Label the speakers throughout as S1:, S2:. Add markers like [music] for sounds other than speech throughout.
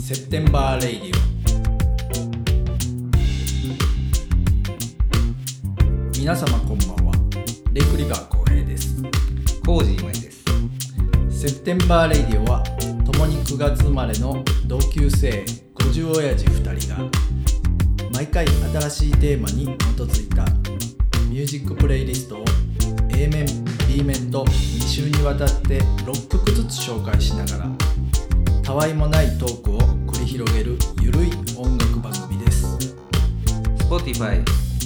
S1: セプテンバーレイディオ皆様こんばんはレイクリバー浩平です
S2: コージーまいです。
S1: セプテンバーレイディオは共に9月生まれの同級生50親父2人が毎回新しいテーマに基づいたミュージックプレイリストを A 面 B 面と2週にわたって6曲ずつ紹介しながらたわいもないトークを繰り広げるゆるい音楽番組です
S2: Spotify、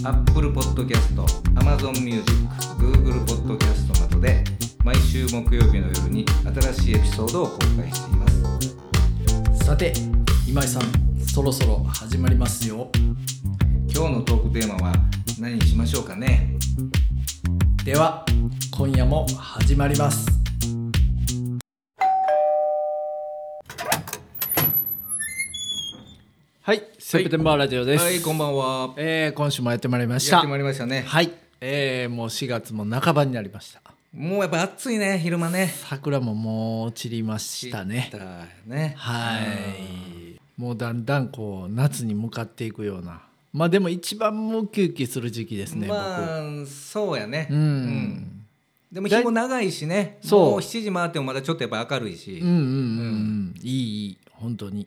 S2: Apple Podcast、Amazon Music、Google Podcast などで毎週木曜日の夜に新しいエピソードを公開しています。
S1: さて今井さんそろそろ始まりますよ
S2: 今日のトークテーマは何にしましょうかね
S1: では今夜も始まりますはいセプテンバーラジオです、
S2: はい、こんばんは。
S1: えー今週もやってまいりまし
S2: やったてまいりましたね。
S1: はい、えーもう4月も半ばになりました
S2: もうやっぱ暑いね、昼間ね。
S1: 桜ももう散りましたね
S2: だね。
S1: はいもうだんだんこう夏に向かっていくようなまあでも一番ムキウキする時期ですね、
S2: まあ、そうやね。
S1: 僕うん
S2: でも日も長いしね。
S1: そう
S2: もう7時回ってもまだちょっとやっぱ明るいし
S1: うん。うんうん、うん、いいいい本当に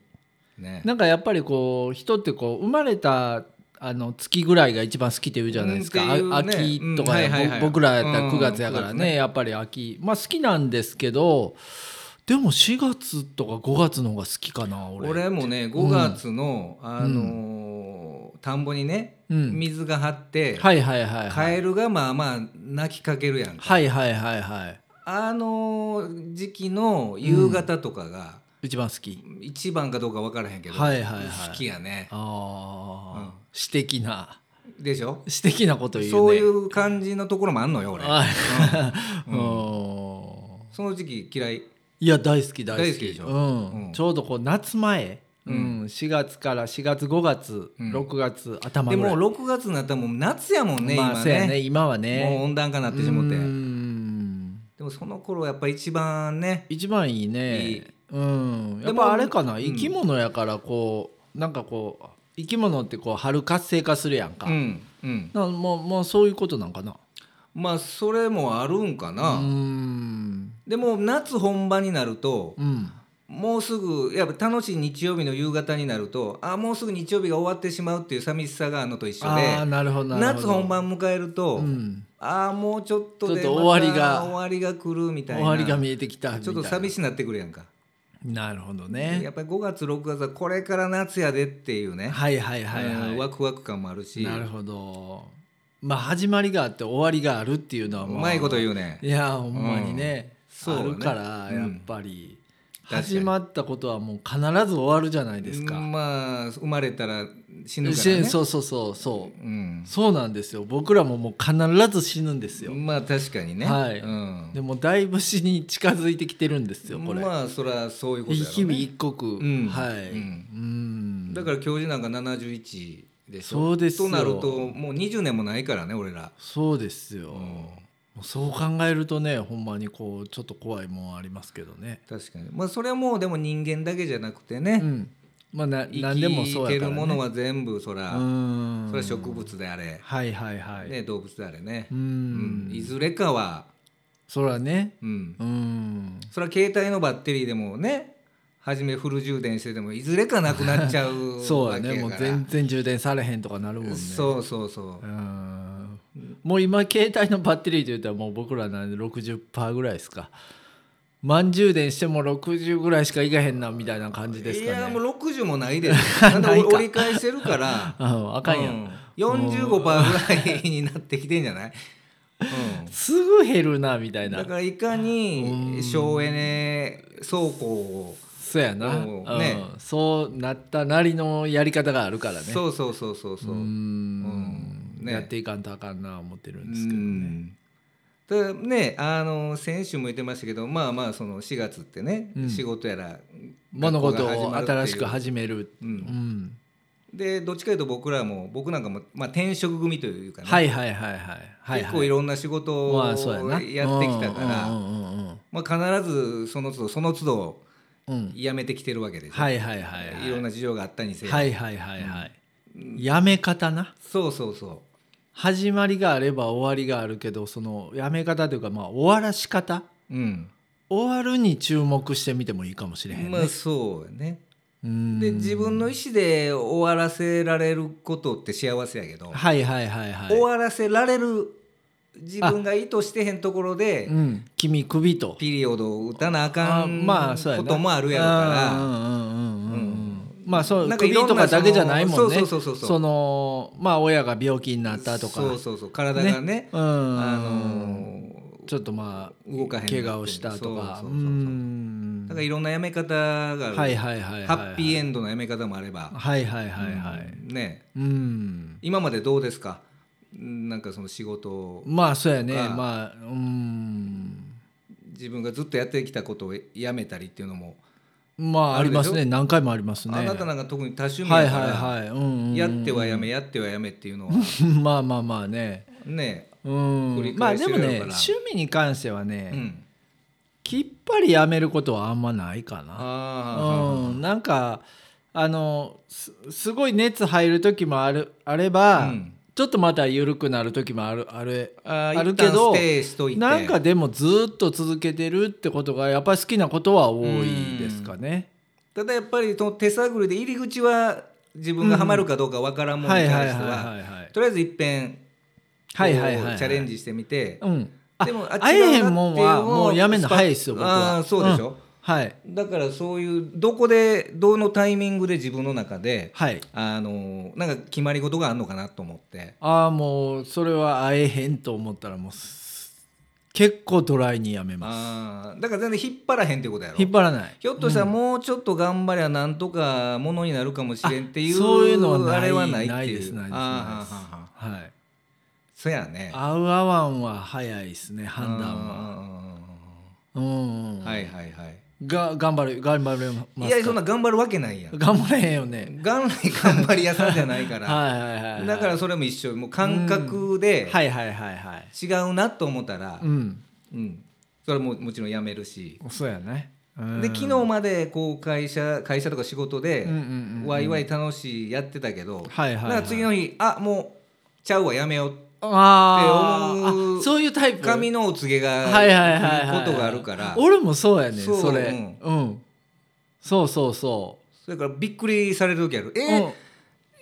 S2: ね。
S1: なんかやっぱりこう人ってこう生まれたあの月ぐらいが一番好きって言うじゃないですか、
S2: うん
S1: あ
S2: っていう
S1: 秋
S2: ね
S1: とか、
S2: うんはいはいはい
S1: ぼ僕らやったら9月やから
S2: うん
S1: ね,、やっぱり秋まあ好きなんですけどでも4月とか5月の方が好きかな俺
S2: 俺もね5月の、あのー田んぼにね、
S1: うん
S2: 水が張って、
S1: はいはいはいはい
S2: カエルがまあまあ泣きかけるやんか、
S1: はいはいはいはい
S2: あのー時期の夕方とかが、
S1: 一番好き
S2: 一番かどうか分からへんけど、
S1: はいはいはい
S2: 好きやね
S1: ああ、
S2: うん
S1: 私的な
S2: でしょ
S1: 私的なこと言うね
S2: そういう感じのところもあんのよ俺
S1: はいう
S2: うん
S1: ん
S2: その時期嫌い
S1: いや大好き大好き
S2: 大好きでしょ
S1: うん
S2: うん
S1: ちょうどこう夏前、うん4月から4月5月、
S2: うん
S1: 6月頭
S2: で
S1: ぐらい
S2: も6月になったらもう夏やもんね、
S1: まあ
S2: 今
S1: そうやね
S2: ね
S1: 今は
S2: もう
S1: ね
S2: 温暖化になってしも
S1: うー
S2: て
S1: ん
S2: でもその頃やっぱ一番ね
S1: 一番いいね
S2: いい
S1: うんや
S2: で
S1: っ
S2: も
S1: ぱあれかな
S2: うん
S1: 生き物やからこうなんかこう生き物ってこう春活性化するやんか、
S2: うんうん
S1: なもうもうそういうことなんかな
S2: まあそれもあるんか
S1: うー
S2: な、
S1: ん
S2: でも夏本番になると
S1: うん
S2: もうすぐやっぱ楽しい日曜日の夕方になるとあもうすぐ日曜日が終わってしまうっていう寂しさがあるのと一緒
S1: ああ
S2: で
S1: なるほどなるほ
S2: 夏
S1: ど
S2: 本番迎えると、
S1: うん、
S2: ああもうちょっとで
S1: ちょっと終わりが
S2: また終わりが来るみたい
S1: 終
S2: な
S1: わりが見えてきたみたいな
S2: ちょっと寂しになってくるやんか、
S1: なるほどね
S2: やっぱり5月6月はこれから夏やでっていうね、
S1: はいはいはいはい、
S2: うんワクワク感もあるし
S1: なるほどまあ始まりがあって終わりがあるっていうのは
S2: う
S1: まあ
S2: まいこと言うね
S1: いやほんまにね、
S2: うん
S1: あ
S2: そう
S1: る
S2: だね
S1: からやっぱり、
S2: 確かに
S1: 始まったことはもう必ず終わるじゃないですか、
S2: まあ生まれたら死ぬか
S1: し
S2: らね
S1: そうそうそうそう
S2: うん
S1: そうなんですよ僕らももう必ず死ぬんですよ、
S2: まあ確かにね、
S1: はい
S2: うん、
S1: でもだいぶ死に近づいてきてるんですよこれ、
S2: まあそりゃそういうことやろ、ね、
S1: 日々一刻、
S2: うん
S1: はい、
S2: う
S1: うん
S2: だから教授なんか71でしょ
S1: そうですよ
S2: となるともう20年もないからね俺ら、
S1: そうですよ、
S2: うん
S1: もうそう考えるとねほんまにこうちょっと怖いもんありますけどね。
S2: 確かにまあそれはもうでも人間だけじゃなくてね、
S1: うん、まあな
S2: 生
S1: 何でも
S2: き
S1: そう
S2: て
S1: やか
S2: る
S1: ら、ね、
S2: ものは全部そら、
S1: うん
S2: それは植物であれ、
S1: はいはいはい。
S2: ね、動物であれね
S1: う、ん、
S2: うんいずれかは、
S1: そらね
S2: うん、
S1: うん
S2: それは携帯のバッテリーでもね初めフル充電してでもいずれかなくなっちゃう
S1: [laughs] そうや
S2: わ
S1: ね
S2: けや
S1: もう
S2: から
S1: 全然充電されへんとかなるもんね。
S2: そうそうそううん
S1: もう今携帯のバッテリーといったらもう僕らなんで60%ぐらいですか。満充電しても60ぐらいしかいかへんなみたいな感じですかね。
S2: いやもう60もないです
S1: [laughs]
S2: なんだ
S1: ないか
S2: 折り返して
S1: [laughs]
S2: るから
S1: うんあかんやん。
S2: うん、45%ぐらいになってきてんじゃない、う
S1: すぐ減るなみたい
S2: ん、
S1: な
S2: だからいかに省エネ走行を、
S1: そうやな、
S2: うんね
S1: うんそうなったなりのやり方があるからね
S2: そうそうそうそうそう
S1: うー、
S2: うんうんね
S1: やっていかんとあかんな思ってるんですけどね
S2: んだねあの先週も言ってましたけどまあまあその4月ってね、
S1: うん
S2: 仕事やら
S1: 物事を
S2: 学校が
S1: 新し
S2: 始
S1: く
S2: まるってい
S1: 始め
S2: う
S1: る、
S2: う
S1: うん
S2: んでどっちかというと僕らも僕なんかも、まあ、転職組というかね、
S1: はいはいはいはいはい
S2: 結構いろんな仕事を
S1: ま
S2: や
S1: あそうやな
S2: ってきたから、
S1: うんうんうんうん
S2: まあ、必ずその都度その都度
S1: うん
S2: 辞めてきてるわけでしょ、
S1: はいはいはいはい
S2: いろんな事情があったにせよ、
S1: はいはいはいはいやめ方な
S2: そうそうそ
S1: 始まりがあれば終わりがあるけどそのやめ方というかまあ終わらし方
S2: ううん
S1: 終わるに注目してみてもいいかもしれへんね、
S2: まあそうやね
S1: うん
S2: で自分の意思で終わらせられることって幸せやけど、
S1: はいはいはいはい
S2: 終わらせられる自分が意図してへんところで
S1: うん、君首と
S2: ピリオドを打たなあか
S1: あ
S2: ん
S1: まあそうやな
S2: こともあるやろから、
S1: うんうんうんうんうん
S2: うん
S1: まあそう
S2: なんかい
S1: 首
S2: ろんな
S1: とかだけじゃないもんね
S2: そのそうそうそうそう
S1: のまあ親が病気になったとか
S2: そうそうそう体がね
S1: うん、
S2: あ
S1: あ
S2: の
S1: ちょっとまあ
S2: 動かへんなっ
S1: 怪
S2: て
S1: 我をしたとか
S2: そうそうそうそう
S1: ん
S2: だからいろんなやめ方がある、
S1: はいはいはいはいはい
S2: ハッピーエンドのやめ方もあれば、
S1: はいはいはいはい
S2: ね
S1: うん
S2: 今までどうですかうんなんかその仕事を
S1: まあそうやね
S2: とか
S1: まあうん
S2: 自分がずっとやってきたことをやめたりっていうのも、
S1: まああ
S2: あ
S1: り
S2: るでしょ
S1: ますね何回もありますね
S2: あなたなんか特に多趣味
S1: はい
S2: やか
S1: は
S2: ら、
S1: いはいうんうん
S2: やってはやめやってはやめっていうのは
S1: [laughs] まあまあまあね [laughs]
S2: ね
S1: う
S2: 繰り
S1: んまあ
S2: 返し
S1: で
S2: てる
S1: も
S2: やろうから
S1: ね趣味に関してはね、
S2: うん
S1: きっぱりやめることはあんまないかな。
S2: あ
S1: うん、なんかあのすすごい熱入る時もあるあれば、
S2: うん
S1: ちょっとまた緩くなる時もあるあれ
S2: ーあ
S1: あるけど
S2: 一旦ステイしといて
S1: なんかでもずっと続けてるってことがやっぱり好きなことは多いですかね。
S2: ただやっぱりその手探りで入り口は自分がハマるかどうかわからんもの
S1: はい
S2: に
S1: はいはい
S2: 対して
S1: は
S2: はい
S1: はい。
S2: とりあえず一遍こう
S1: はいはいはいはい
S2: チャレンジしてみて
S1: うん。あ
S2: でもあ
S1: 会えへんもん
S2: 違うなってい
S1: は
S2: うのを
S1: もうやめんの早いですよ僕は。
S2: あーそうでしょ
S1: んはい
S2: だからそういうどこでどのタイミングで自分の中で
S1: はい。
S2: あのなんか決まり事があるのかなと思って
S1: ああもうそれは会えへんと思ったらもうす結構ドライにやめます。
S2: あーだから全然引っ張らへんってことやろ
S1: 引っ張らない。
S2: ひょっとしたらもうちょっと頑張りゃなんとかものになるかもしれんっていう、
S1: あそういうのはない
S2: あれはないっていう
S1: ないですないです
S2: あー
S1: な
S2: はんはんはん
S1: はい。
S2: そやね
S1: 合う合わんは早いですね判断は。うん、
S2: うんはいはいはい、
S1: が頑張る頑張れま
S2: い
S1: す
S2: やそんな頑張るわけないやん
S1: 頑張れへんよね。
S2: 元来頑張り屋さんじゃないから、
S1: はいはいはいはい。
S2: だから
S1: は
S2: それも一緒もう感覚で
S1: いはいはいはい。
S2: 違うなと思ったら、う
S1: うんん。
S2: それももちろんやめるし、
S1: そうやね。うん
S2: で昨日までこう会社会社とか仕事で、
S1: うんうんうんうん
S2: ワイワイ楽しいやってたけど、
S1: はいはいはい
S2: なんか次の日あもうちゃうわやめよう
S1: あ
S2: って思
S1: ー
S2: う
S1: あそういうタイプ。
S2: 神のお告げが
S1: はいはいはいはい。
S2: 来ることがあるから
S1: 俺もそうやねん
S2: そう
S1: それ。
S2: う
S1: うんん。そうそうそう。
S2: それからびっくりされる時あるえ
S1: うん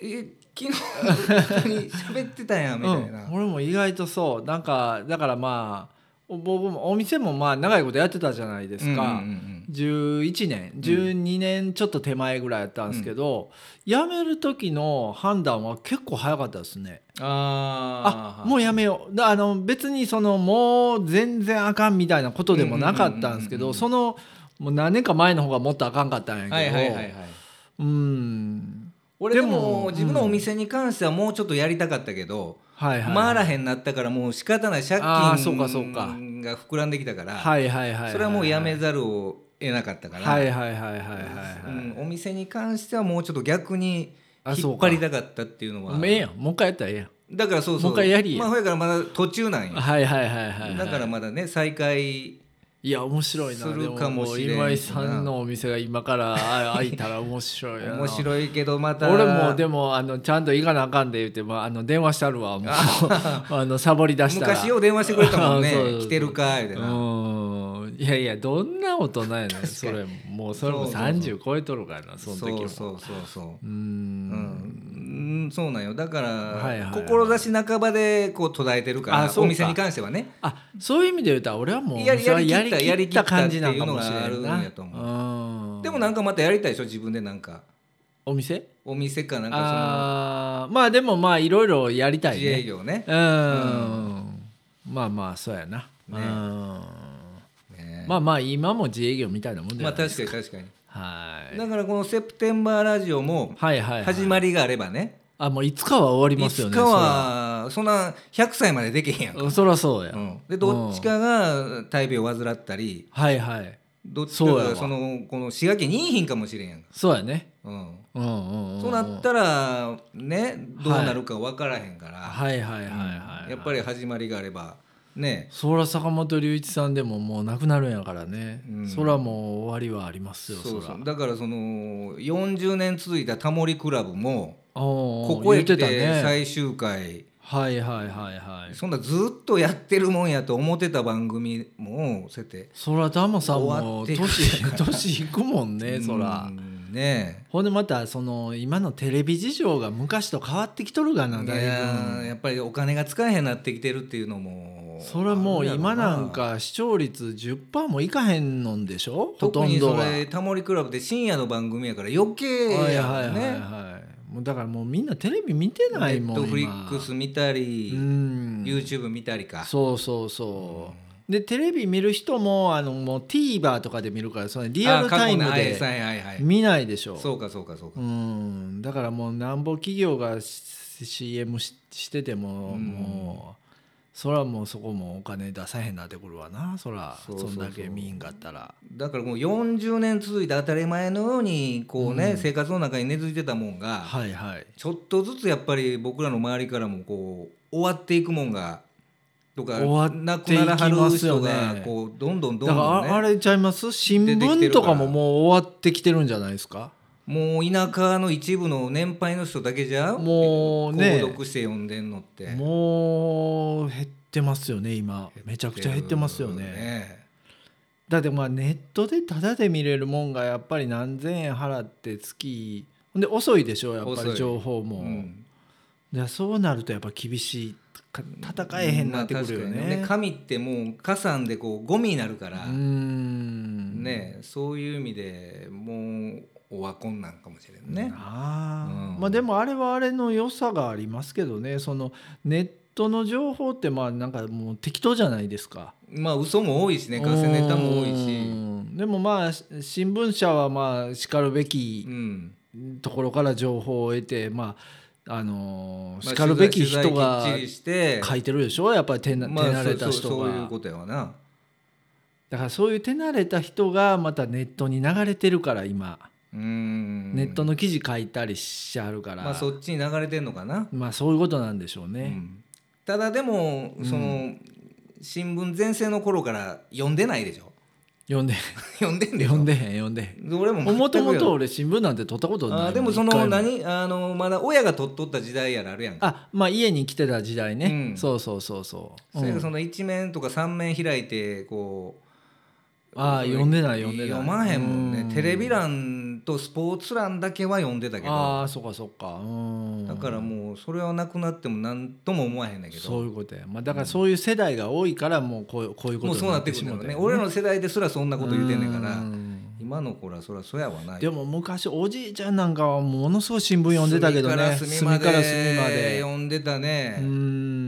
S2: え昨日本当に喋ってたやんみたいな、
S1: うん、俺も意外とそうなんかだからまあお僕もお店もまあ長いことやってたじゃないですか、
S2: うんうんうん
S1: 11年12年ちょっと手前ぐらいやったんですけど、辞める時の判断は結構早かったですね
S2: あ
S1: あも
S2: う
S1: うやめようだあの別にそのもう全然あかんみたいなことでもなかったんですけ
S2: うんうん
S1: ど
S2: うんうんうん
S1: そのもう何年か前の方がもっとあかんかったんやけど、
S2: はいはいはいはい
S1: うん
S2: 俺でも
S1: でも
S2: 自分のお店に関してはもうちょっとやりたかったけど、
S1: はいはい
S2: 回らへんなったからもう仕方ない借金
S1: あーそうかそうか
S2: が膨らんできたから、
S1: はいはいはいはい
S2: それはもうやめざるを得なかったから、
S1: はいはいはいはいはいはい、
S2: うんお店に関してはもうちょっと逆に
S1: あ
S2: 引
S1: そう
S2: っ張
S1: か
S2: りたかったっていうのは
S1: ええやんもう一回やったらええやん
S2: だからそう
S1: も
S2: そう
S1: う一回やりや
S2: まあほやからまだ途中なんよ
S1: はいはいはいはい、はい、
S2: だからまだね再開
S1: いや面白いな
S2: するかもしれんな
S1: でももう今井さんのお店が今からあ開いたら面白いな
S2: 面白いけどまた
S1: 俺もでもあのちゃんと行かなあかんで言って、まあ、あの電話したる
S2: [laughs]
S1: わもうあのサボり出したら
S2: 昔よう電話してくれたもん
S1: [laughs]
S2: ね
S1: そうそうそう
S2: 来てるかみた
S1: う
S2: いな
S1: ーんいやいやどんな大人やねんそれもうそれも
S2: そうそうそう
S1: 30超えとるからなそ
S2: そ
S1: の
S2: う
S1: 時も
S2: そうそうそう
S1: うー
S2: うんん、うん、そうなんよだから、
S1: はいはいはい
S2: 志半ばでこう途絶えてるから
S1: あそうか
S2: お店に関してはね
S1: あそういう意味で言うたら俺はもう
S2: やり
S1: それは
S2: やりきった
S1: やりきった感じなんか
S2: やり
S1: も
S2: きっ
S1: した
S2: って
S1: れ
S2: い
S1: ん
S2: うのがあ
S1: な
S2: るんやと
S1: 思
S2: でもなんかまたやりたいでしょ自分でなんか
S1: お店
S2: お店かなんか
S1: あーまあでもまあいろいろやり
S2: そ
S1: た
S2: の
S1: い
S2: 自営
S1: ね
S2: 業ね
S1: うんまあまあそうやな、
S2: ね
S1: うん
S2: ね
S1: まあまあ今も自営業みたいなもんだよ
S2: まあ確かに確かに
S1: はい
S2: だからこの「セプテンバーラジオ」も
S1: はいはい、はい、
S2: 始まりがあればね
S1: あもういつかは終わり
S2: い
S1: ますよ
S2: つ
S1: ね
S2: かはそんな100歳までできへんやん
S1: そ
S2: か、
S1: らそらそうや、
S2: うんでどっちかが大病を患ったり
S1: はいはい
S2: どっちか
S1: そうや
S2: が
S1: わ
S2: そのこの滋賀県にいいひんかもしれんやんか、
S1: そうやね
S2: うん
S1: うんうんうん
S2: そうなったらねどうなるか分からへんから、
S1: はいはいはいはい、
S2: やっぱり始まりがあればね
S1: そら坂本龍一さんでももう亡くなるんやからね、
S2: うん
S1: そらもう終わりはありますよそ
S2: そう
S1: ら
S2: そうだからその40年続いたタモリクラブも
S1: おうおう
S2: ここへ来
S1: 言って
S2: て
S1: たね
S2: 最終回
S1: はいはいはいはい
S2: そんなずっとやってるもんやと思ってた番組もそうやって
S1: そらタモさん
S2: 終わ
S1: も
S2: っていく
S1: 年年いくもんねそら、
S2: うんね
S1: ほんでまたその今のテレビ事情が昔と変わってきとるがなだ
S2: いや
S1: い
S2: やっぱりお金が使えへんなってきてるっていうのも
S1: ぶそれもう今なん
S2: あるやろ
S1: か視聴率10%もいかへんのんでしょほ
S2: 特
S1: と
S2: に
S1: んど
S2: そ
S1: は
S2: れタモリクラブって深夜の番組やから余計
S1: はい
S2: や
S1: はいはい
S2: もんね
S1: はいもうだからもうみんなテレビ見て
S2: ネ
S1: ない
S2: ッ
S1: もん
S2: ト
S1: 今
S2: フリックス見たり、
S1: うん
S2: YouTube 見たりか
S1: そうそうそうでテレビ見る人もあのもう TVer とかで見るからそのリアルタイム
S2: あ過去の
S1: で
S2: はいはいはいはい
S1: 見ないでしょ
S2: そうかそうかそうか
S1: うんだからもうなんぼ企業がし CM ししてても、
S2: うん
S1: もうそらもうそこもお金出さへんなってくるわなそら
S2: そ
S1: そう
S2: そうそうん
S1: だけ見んかったら
S2: だからもう40年続いて当たり前のようにこうね、生活の中に根付いてたもんが、
S1: はいはい
S2: ちょっとずつやっぱり僕らの周りからもこう終わっていくもんがとか
S1: 終わっていき
S2: 亡くならはる人
S1: ますよ
S2: が
S1: ね
S2: こうどんどんど
S1: だ
S2: んど
S1: か
S2: ん、ね、
S1: らああれちゃいます新
S2: 出てきて
S1: 聞
S2: るか
S1: と
S2: ら
S1: かももう終わってきてるんじゃないですか
S2: もう田舎の一部の年配の人だけじゃ
S1: もうね
S2: 購読して読んでんのって
S1: もう減ってますよね今めちゃくちゃ減ってますよねだってまあネットでタダで見れるもんがやっぱり何千円払って月ほんで遅いでしょやっぱ
S2: 遅い
S1: り情報も、
S2: うん
S1: じゃそうなるとやっぱ厳しいか戦えへんなってくるよ
S2: まあ確かに
S1: ね。
S2: 紙ってもう加算でこうゴミになるから、
S1: うーん
S2: ねそういう意味でもうオワコンなんかもしれんね。
S1: あー
S2: うん
S1: まあでもあれはあれの良さがありますけどねそのネットの情報ってまあなんかもう適当じゃないですか。
S2: まあ嘘も多いしねガセネタも多いうし、
S1: んでもまあし新聞社はまあしかるべ
S2: う
S1: き
S2: ん
S1: ところから情報を得てまああの
S2: ま
S1: ー
S2: あ
S1: しかるべき
S2: 取材
S1: 人が
S2: 取材きっちりして
S1: 書いてるでしょやっぱり手な手
S2: まあ
S1: 慣れた
S2: そうそう
S1: 人
S2: そういう
S1: が。
S2: ことやわな。
S1: だからそういう手慣れた人がまたネットに流れてるから今、
S2: うん
S1: ネットの記事書いたりしはるから、
S2: まあそっちに流れてんのかな。
S1: まあそういうことなんでしょうね。
S2: うんただでも
S1: うん
S2: その新聞全盛の頃から読んでないでしょ [laughs]
S1: 読んで
S2: 読 [laughs] んでんでしょ
S1: 読んでへん読んでへん。
S2: 俺も全く
S1: もともと
S2: 読ん
S1: 俺新聞なんて取ったことない
S2: あ
S1: ん
S2: ーでもそ
S1: 一
S2: の
S1: 回も
S2: 何あのまだ親が取っとった時代やらあるやんか
S1: あまあ家に来てた時代ね、
S2: うん
S1: そうそうそうそう。
S2: それが
S1: うん
S2: その一面とか三面開いてこう
S1: ああ読んでない読んでない
S2: 読まへんもんね
S1: うん
S2: テレビ欄とスポーツ欄だけは読んでたけど
S1: ああそっかそっか。うん
S2: だからもうそれはなくなっても何とも思わへんねんけど
S1: そういうことや。まあだからそういう世代が多いからもうこういうこういうこと
S2: もうそうなってくるんだ
S1: もう
S2: よ
S1: た
S2: ね俺らの世代ですらそんなこと言うてんねんから
S1: うん
S2: 今の子らそりゃそうやわない
S1: でも昔おじいちゃんなんかはものすごい新聞読んでたけどね
S2: 隅から隅まで
S1: う
S2: 読んでた
S1: ー
S2: ね、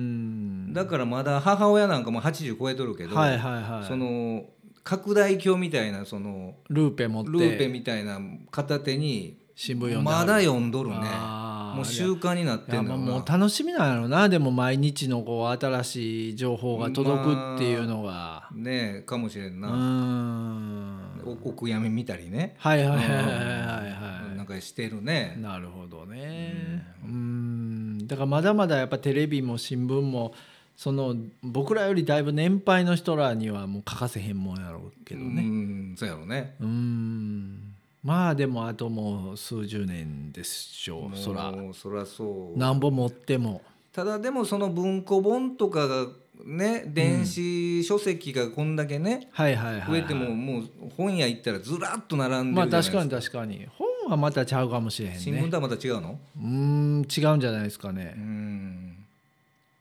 S1: ん
S2: だからまだ母親なんかも80超えとるけど、
S1: はいはいはい
S2: その拡大鏡みたいなその
S1: ルーペ持って
S2: ルーペみたいな片手に
S1: 新聞読んで
S2: まだ読んど
S1: る
S2: るね
S1: あー
S2: もう習慣になって
S1: いや
S2: ん
S1: ま
S2: の
S1: あ
S2: よ
S1: も
S2: な
S1: う楽しみなんやろなでも毎日のこう新しい情報が届くっていうのが、
S2: ねえかもしれ
S1: う
S2: ん
S1: ー
S2: な、
S1: ん
S2: おお悔やみ見たりね、
S1: はいはいはいはい
S2: うんな
S1: は
S2: んかしてる
S1: い
S2: ね
S1: なるほどねうーんだからまだまだやっぱテレビも新聞もその僕らよりだいぶ年配の人らにはもう欠かせへんもんやろうけどね
S2: うんそうやろね
S1: うーんまあでもあともう数十年でしょうそら
S2: もうそらそう
S1: なんぼ持っても
S2: ただでもその文庫本とかがね電子書籍がこんだけね、
S1: はいはいはい、は
S2: 増
S1: い、
S2: えてももう本屋行ったらずらっと並んで
S1: まあ
S2: るじゃな
S1: 確
S2: いですか,、
S1: かに確かに本はまたちゃうかもしれへん
S2: 新聞
S1: ね
S2: とはまた違うの
S1: うーん違うんじゃないですかね、
S2: うん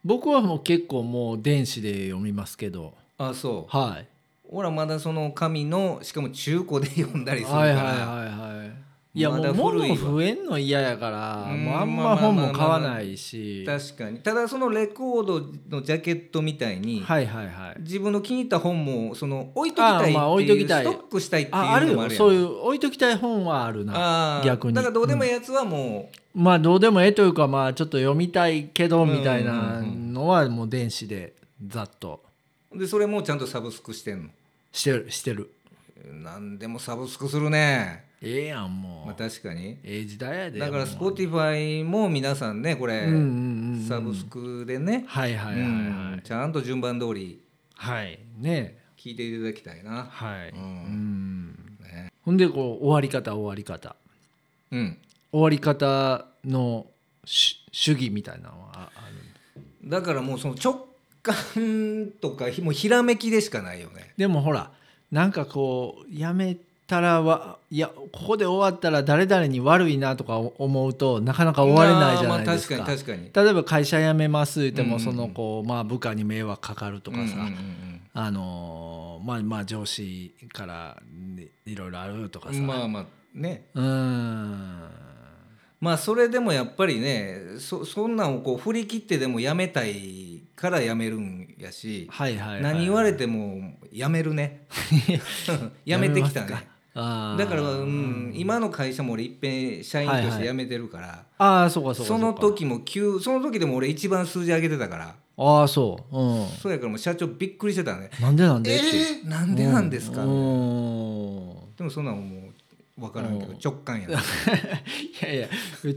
S1: 僕はもう結構もう電子で読みますけど
S2: あそう
S1: はい
S2: ほらまだその紙のしかも中古で読んだりするから、
S1: はいはいはいはいいやも
S2: まだ
S1: う
S2: 古いわ
S1: 物増えんの嫌やから
S2: うん
S1: もうあん
S2: ま
S1: ま
S2: あまあ
S1: 本
S2: まあ
S1: も買わないしはい
S2: 確かにただそのレコードのジャケットみたいに、
S1: はいはい
S2: 自分の気に入った本もその置いときたいっていう
S1: あまあ置いときたい
S2: ストックしたいっていうのも
S1: あ
S2: あ
S1: あ
S2: る
S1: る
S2: やん
S1: よそういう置いときたい本はあるな
S2: あー
S1: 逆に
S2: だからどうでもいいやつはも
S1: まあどうでもええというかまあちょっと読みたいけど
S2: うんうんうん
S1: みたいなのはもう電子でざっと
S2: う、でそれもちゃんとサブスクしてんの
S1: してるしてる
S2: 何でもサブスクするね
S1: ええやんもう、
S2: まあ確かに
S1: ええ時代やで
S2: だから
S1: もう
S2: Spotify も皆さんねこれ、
S1: うんうんうんうん
S2: サブスクでね、
S1: はいはいはいは
S2: うん
S1: い
S2: ちゃんと順番通り
S1: はいね
S2: 聞いていただきたいな。
S1: はいううんん
S2: ね
S1: ほんでこう終わり方終わり方
S2: うん
S1: 終わり方のし主義みたいなのはあある
S2: だからもうその直感とかひもうひらめきでしかないよね。
S1: でもほらなんかこうやめたらはいやここで終わったら誰々に悪いなとか思うとなかなか終われないじゃないですか,、
S2: まあまあ確かに確か
S1: 例えば会社辞めます言っても、
S2: うんうん
S1: そ
S2: うん
S1: のこう、まあ、部下に迷惑かかると
S2: に。
S1: かさ、
S2: うんうんうん
S1: あのーまあまあ上司からねいろいろあるとか
S2: う
S1: さ、
S2: んまあまあね。
S1: うーん
S2: まあそれでもやっぱりねそそんなんをこう振り切ってでもやめたいからやめるんやし、
S1: はいはい、はい、
S2: 何言われてもやめ
S1: [laughs]
S2: るねやめてきた
S1: やめますか
S2: ね
S1: あー
S2: だから、うん、今の会社も俺いっぺん社員と
S1: はい
S2: し
S1: はい
S2: て辞めてるから、
S1: ああそうかそうか
S2: そう
S1: か
S2: の時も急その時でも俺一番数字上げてたから、
S1: ああそううん
S2: そうやからもう社長びっくりしてたね
S1: なんでなん
S2: 「
S1: で、って
S2: えー、なんでなんですか
S1: う
S2: みたいなん
S1: [laughs]
S2: でもそんなんもう分からんけ
S1: う
S2: ど
S1: ん
S2: 直感やな
S1: いやいや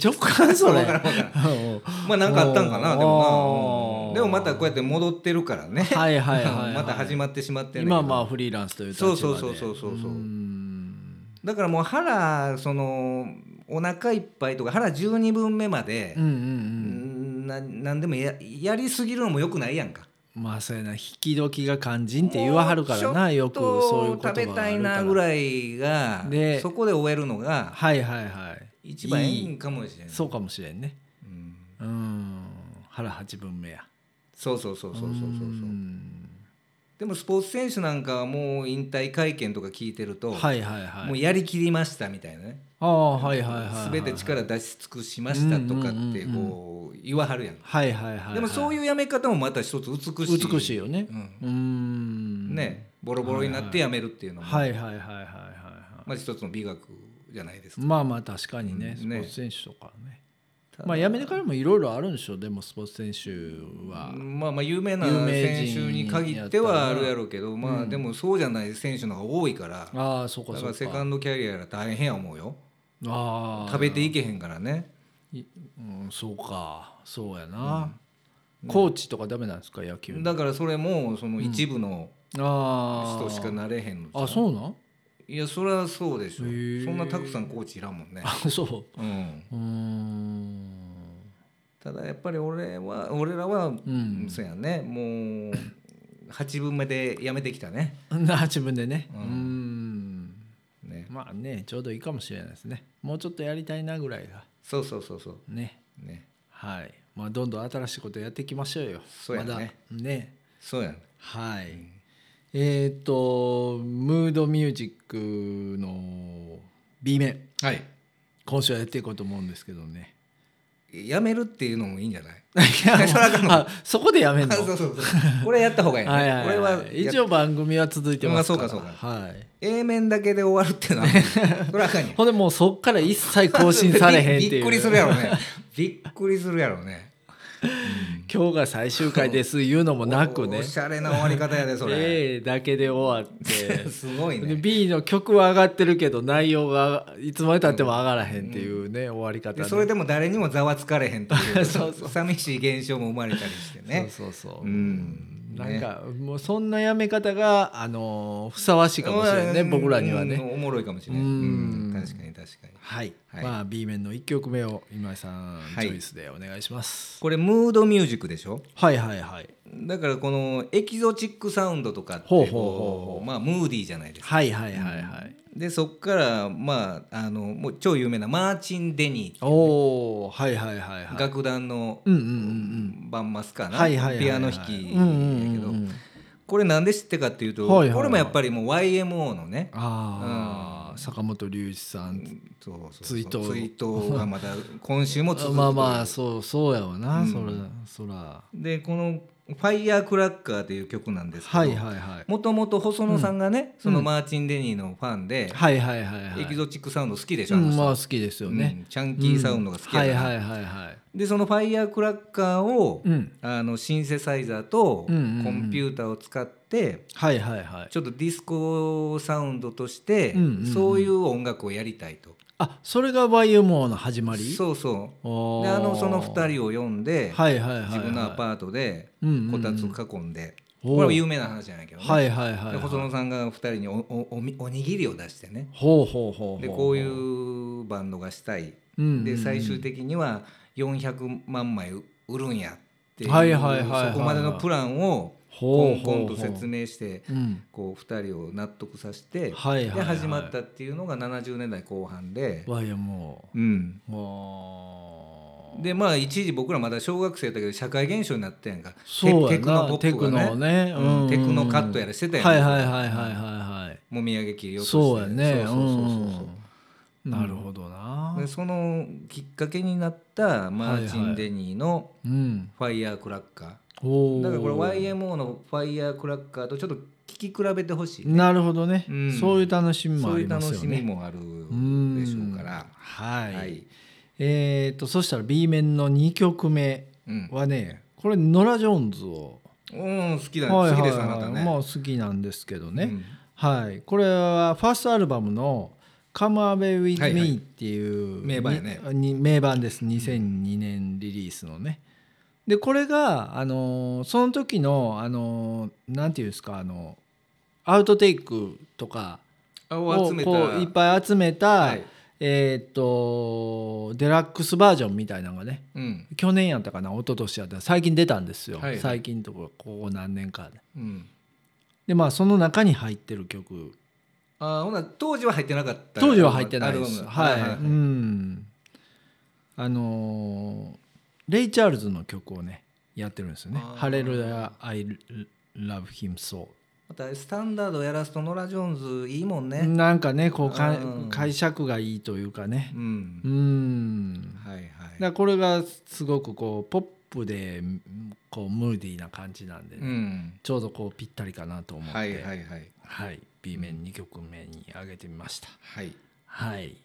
S1: 直感それ
S2: わからんわからん
S1: うん
S2: まあなんかあったんかなでも
S1: あー
S2: なうんでもまたこうやって戻ってるからね
S1: はいはいはいはい
S2: また始まってしまってんだけど
S1: 今はまあフリーランスという立場で
S2: そうそうそうそうそうそう
S1: うん
S2: だからもう腹そのお腹いっぱいとか腹12分目まで
S1: うんうんう
S2: うんんななんでもややりすぎるのもよくないやんか。
S1: まあそうやな引き時が肝心って言わはるからなよくそういうことがあ
S2: 食べ
S1: るから
S2: たいなぐらいが
S1: で
S2: そこで終えるのが
S1: はいはいはい
S2: 一番いい
S1: い
S2: んかもしれない
S1: そうかもしれんね
S2: うん
S1: うん腹八分目や
S2: そうそうそうそうそうそうそうんでもスポーツ選手なんかはもう引退会見とか聞いてると、
S1: はいはいはい
S2: もうやりきりましたみたいなね、
S1: ああはいはいはいはい
S2: 全て力出し尽くしましたとか
S1: う
S2: って
S1: んうんうんうん
S2: こう言わはるやん,、
S1: はいはいはい
S2: でもそう
S1: い
S2: いうやめ方もまた一つ美しい
S1: 美しいよね
S2: うん
S1: うん
S2: ねボロボロになってやめるっていうのも、
S1: はいはいはいはいはいはい
S2: まあ、一つの美学じゃないですか。
S1: まあまあ確かにねス
S2: う
S1: ポ
S2: んね
S1: ーツ選手とかねまあやめてからもいろいろあるんでしょうでもスポーツ選手は
S2: まあまあ有名な
S1: 有名人
S2: 選手に限ってはあるやろうけどま
S1: う
S2: あ
S1: ん
S2: でもそうじゃない選手の方が多いからだ
S1: ああそうか
S2: か
S1: そ
S2: ら
S1: う
S2: セカ
S1: か
S2: ンドキャリアやら大変や思うよ
S1: ああ
S2: 食べていけへんからね
S1: うんそうかそうやなコーチとかダメなんですか野球の
S2: だからそれもその一部の
S1: ああ
S2: 人しかなれへんの
S1: あそうなん
S2: いやそれはそうでしょ
S1: へー
S2: そんなたくさんコーチいらんもんね
S1: あ、そ
S2: うん、
S1: ううーん
S2: ただやっぱり俺は俺らは、
S1: うん
S2: そうやねも
S1: [coughs]
S2: う8分目でやめてきたね
S1: な自分でねう
S2: うん
S1: ん
S2: ね
S1: まあねちょうどいいかもしれないですねもうちょっとやりたいなぐらいが
S2: そうそうそうそう
S1: ね
S2: ね
S1: はいまあどんどん新しいことやっていきましょうよ
S2: そうやね
S1: まだね
S2: そうやね
S1: はい、えっ、とムードミュージックの B 面
S2: はい
S1: 今週はやっていこうと思うんですけど
S2: [laughs]
S1: ね
S2: やめるっていうのもいいんじゃない
S1: [laughs] いやもうあそこでやめんの
S2: そうそうそうこれやった方がいい,、ね
S1: はいはいはい
S2: これはや
S1: 一応番組は続いてますから
S2: うんそうかそう
S1: はい、
S2: A 面だけで終わ
S1: [laughs]
S2: るっていうのはそれはあかんよ
S1: ほんでもうそっから一切更新されへんっていう
S2: [laughs] びっくりするやろねびっくりするやろ
S1: [laughs]
S2: ね
S1: 今日が最終回ですいうのもなく
S2: お
S1: ね
S2: おしゃれな終わり方やでそれ、
S1: A だけで終わって
S2: [laughs] すごい
S1: で
S2: ね
S1: B の曲は上がってるけど内容がいつまでたっても上がらへんっていうね、終わり方
S2: で
S1: ね
S2: それでも誰にもざわつかれへんとい
S1: [laughs]
S2: う
S1: そう
S2: 寂しい現象も生まれたりしてね
S1: そうそうそう、
S2: うん
S1: なんかもうそんなやめ方が、あのーふさわしいかもしれないね、
S2: うん
S1: 僕らにはね、
S2: うんおもろいかもしれない、
S1: う
S2: うんん、確かに確かに
S1: はい、
S2: はい
S1: まあ B 面の1曲目を今井さん、
S2: はい
S1: チョイスでお願いします
S2: これムードミュージックでしょ
S1: はいはいはい
S2: だからこのエキゾチックサウンドとかって
S1: ほうほうほうほ
S2: こ
S1: う
S2: うまあムーディーじゃないですか
S1: はいはいはいはい、
S2: でそっからまああのもう超有名なマーチン・デニー
S1: おおはいはいはいはい
S2: 楽団の
S1: うんうんうんうん
S2: バンマスかな
S1: はいはいはいはい
S2: ピアノ弾き
S1: うんうん
S2: やけ
S1: うんう
S2: ど
S1: ん
S2: これなんで知ってかっていうと
S1: はいはいはい
S2: これもやっぱりもう YMO のね
S1: ああ、坂本龍一さん
S2: そうそうそう
S1: ツイート
S2: ツイートがまた今週も続く
S1: まあまあそうそうやわな、
S2: うん
S1: そらそら
S2: でこの「ファイヤークラッカー」という曲なんですけ
S1: はい
S2: ど
S1: はいはい
S2: もともと細野さんがねそのマーチン・デニーのファンで
S1: はいはいはいはい
S2: エキゾチックサウンド好きでし
S1: う
S2: ょあの
S1: ん
S2: 人
S1: まあ好きですよね、
S2: うんチャンキーサウンドが好きやから、
S1: はいはいはいはい
S2: でそのファイヤークラッカーを、
S1: うん
S2: あのシンセサイザーとコ
S1: うんうんうん
S2: ンピューターを使って
S1: はいはいはい
S2: ちょっとディスコサウンドとして、
S1: うんうんうん
S2: そういう音楽をやりたいと
S1: あそれが YMO の始まり
S2: そうそう
S1: おー
S2: であのその2人を読んで、
S1: はいはいはい、はい、
S2: 自分のアパートで
S1: うんうんうん
S2: こたつ囲んで、
S1: おう
S2: これは有名な話じゃないけどね、
S1: はいはいはい、はい、
S2: で細野さんが2人におおおみおにぎりを出してね
S1: ほうほうほうほう
S2: でこういうバンドがしたい
S1: うんうんうん
S2: で最終的には400万枚売るんやっていう
S1: はいはいはいはい
S2: そこまでのプランをコ
S1: ほ
S2: ン
S1: う
S2: コ
S1: ほうほう
S2: ンと説明して
S1: うん
S2: こう2人を納得させてで
S1: はいはいはい
S2: 始まったっていうのが70年代後半で、
S1: YMO
S2: うん、
S1: あー
S2: でまあ一時僕らまだ小学生だけど社会現象になったやんか
S1: そう
S2: テ
S1: や
S2: テクノポ
S1: なテ
S2: ッ
S1: ク
S2: プが
S1: ノ
S2: ね
S1: ね
S2: うんテクノカットやらしてたやん
S1: はいはいはいはいはいは
S2: もみあげ切り
S1: い
S2: 落として
S1: そうやね
S2: そうそうそうそう
S1: うんなるほどな
S2: でそのきっかけになったマーチン・デニーの
S1: うん
S2: 「ファイヤークラッカー」
S1: おー
S2: だからこれ YMO の「ファイヤークラッカー」とちょっと聞き比べてほしい、
S1: なるほどね
S2: うん
S1: そういう楽しみも
S2: そ
S1: あ
S2: うい
S1: り
S2: う
S1: ま
S2: 楽
S1: すよ
S2: しみ
S1: ね
S2: もある
S1: ん
S2: でしょうから
S1: はい、
S2: はい
S1: えっ、とそしたら B 面の2曲目
S2: うん、
S1: はねこれノラ・ジョーンズを、
S2: うん、好きだ、
S1: はいはい
S2: 好き
S1: はい
S2: ですあなたね、
S1: まあ好きなんですけどね、
S2: うん
S1: はい、これはファーストアルバムの「Come Away
S2: は
S1: With
S2: いはい
S1: Me」っていう、
S2: 名盤やね
S1: に名盤です2002年リリースのね。でこれが、あのーその時の、あのーなんていうんですか、あのアウトテイクとか
S2: あ
S1: を
S2: を集めた
S1: こういっぱい集めた、
S2: はい
S1: えーっとデラックスバージョンみたいなのがね
S2: うん
S1: 去年やったかな一昨年やったか最近出たんですよ、
S2: はい
S1: 最近とかここ何年かで。
S2: うん
S1: でまあその中に入ってる曲
S2: あーほな当時は入ってなかった
S1: 当時は入ってないです。
S2: アルバム
S1: はい、
S2: はいうはい
S1: ん。あのーレイチャールズの曲をねやってるんですよね
S2: あ。ー
S1: ハレルヤ I love him so。
S2: またスタンダードやらすとノラ・ジョーンズいいもんね
S1: なんかねこうか
S2: うん
S1: 解釈がいいというかね
S2: う。
S1: うんん。だか
S2: はいはい
S1: らこれがすごくこうポップでこうムーディーな感じなんでね、
S2: うん
S1: ちょうどこうぴったりかなと思って。
S2: はいはいはい
S1: はい B 面2曲目に上げてみました。
S2: はい
S1: はい。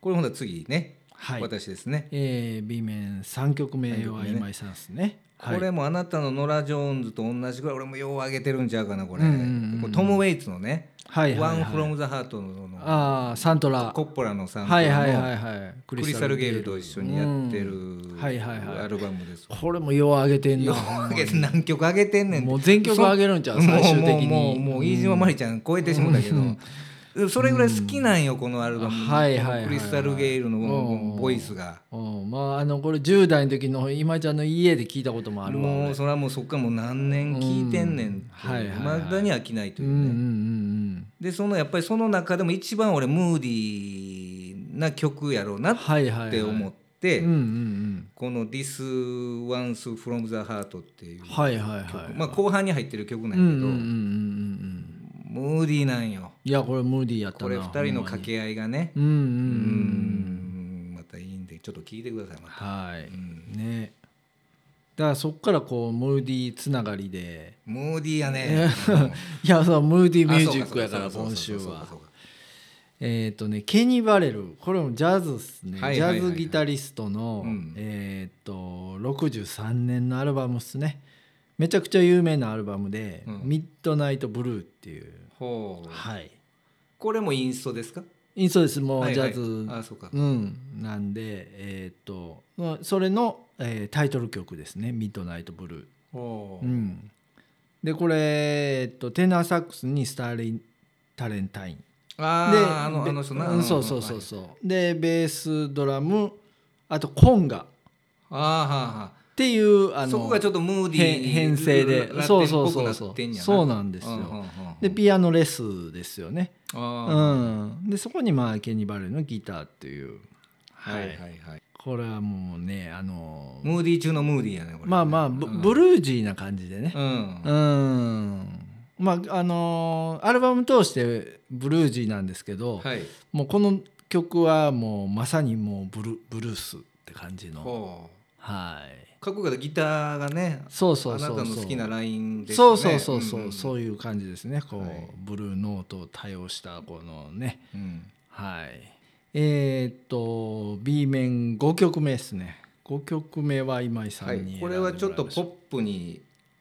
S2: これほんなら次ね
S1: はい。
S2: 私ですね
S1: えー、B 面3曲目
S2: 三曲
S1: は
S2: 目ね
S1: 今井さんですね。
S2: これ
S1: も、
S2: もあなたのノラ・ジョーンズと同じぐらい俺もよう上げてるんちゃうかなこれ
S1: うんうんうん
S2: これトム・ウェイツのね
S1: は
S2: 「
S1: いはいはい、
S2: One from the Heart の」の
S1: ああサントラ
S2: コッポラのさん
S1: はいはいはい
S2: の
S1: はい
S2: クリスタル・ゲールと一緒にやって
S1: うんはいはい
S2: る
S1: は
S2: ア
S1: い
S2: ルバムです
S1: これもよう上げてん
S2: よ
S1: の
S2: う上げて何曲上げてんねん
S1: もう全曲上げるんちゃう最終的に
S2: もうもうもうもう飯島まりちゃん超えてしまったけどそれぐらい好きなんよこのアルバム、
S1: はいはいはいはい
S2: クリスタル・ゲイルのボイスが。
S1: うんまああのこれ10代の時の今井ちゃんの家で聞いたこともあるわ
S2: もう
S1: 俺
S2: それはもうそっからもう何年聞いてんねんって
S1: うんはい
S2: い
S1: はいはい
S2: まだに飽きないと
S1: う
S2: い
S1: ん
S2: う
S1: うん
S2: ね、
S1: うん
S2: でそのやっぱりその中でも一番俺ムーディーな曲やろう
S1: う
S2: なん
S1: はいはいはい、
S2: って思ってて、
S1: うんうんうん、
S2: この「This Once From the Heart」っていう曲、
S1: はいはいはい
S2: まあ、後半に入ってる曲なんや
S1: う
S2: け
S1: ん
S2: ど、
S1: うんうんうんうんうん
S2: ムーディーなんよ
S1: いやこれムーディーやったな
S2: これ2人の掛
S1: 合い
S2: け合いがね
S1: うんうんうん
S2: う
S1: うん
S2: んまたいいんでちょっと聞いてくださいまた、
S1: はい、
S2: うん
S1: ねだからそっからこうムーディーつながりで
S2: ムーディーやね
S1: [laughs]
S2: うん
S1: いやそのムーディー
S2: あ
S1: ミュー
S2: そう
S1: ジ
S2: か
S1: ックやから
S2: そう
S1: 今
S2: かそ
S1: 週
S2: うかそうか
S1: は
S2: そうか
S1: えっ、とねケニー・バレルこれもジャズっすね、
S2: はいはいはいはい
S1: ジャズギタリストの、
S2: うん
S1: えっ、と63年のアルバムっすねめちゃくちゃ有名なアルバムで「
S2: うん
S1: ミッドナイト・ブルー」っていう、
S2: ほう
S1: はい
S2: これもインストですか
S1: インストですも
S2: は
S1: う
S2: い
S1: ジ
S2: は
S1: ャ
S2: い
S1: ズ、
S2: あそうか
S1: うん、なんでえっ、とまあそれの、えータイトル曲ですね「ミッドナイト・ブルー」
S2: ほ
S1: う、
S2: うん
S1: でこれ、えっと、テナーサックスにスターリンタレンタインで
S2: あーあの
S1: べ
S2: あの人な
S1: うん
S2: ん
S1: そうそうそうそう、でベースドラムあとコンガっ
S2: あーは
S1: ていう
S2: あは
S1: あ
S2: あ
S1: の
S2: そこがちょっとムーディ
S1: 編
S2: ー
S1: 編成で
S2: ララ
S1: そう
S2: ラテン
S1: そ
S2: っ
S1: う
S2: ぽく
S1: そ
S2: な
S1: う
S2: っ
S1: そう
S2: てんや
S1: そうなんですよ
S2: うんうんうん
S1: でピアノレスですよね、う
S2: あ
S1: ん、でそこにまあケニー・バレルのギターっていう、
S2: ーはいはいはい
S1: これはもうねあの
S2: ムーディー中のムーディーやねこれ
S1: まあまあブ,、ブルージーな感じでね、
S2: うん
S1: うんまああのーアルバム通してブルージーなんですけど、
S2: はい
S1: もうこの曲はもうまさにもうブルブルースって感じの
S2: ほう
S1: はい
S2: かっこよかったギターがね
S1: そうそう
S2: あ
S1: そ
S2: な
S1: う
S2: た
S1: そう
S2: の好きなラインです
S1: そ
S2: よ
S1: う
S2: ね
S1: そうそうそう、そ
S2: い
S1: い
S2: う
S1: う感じですねこう、
S2: はい
S1: ブルーノートを多用したこのね
S2: うんうん
S1: はいえー、っと B 面5曲目ですね5曲目は今井さ
S2: は
S1: ん
S2: い
S1: に選んでもらいましょう、
S2: これはちょっとポップに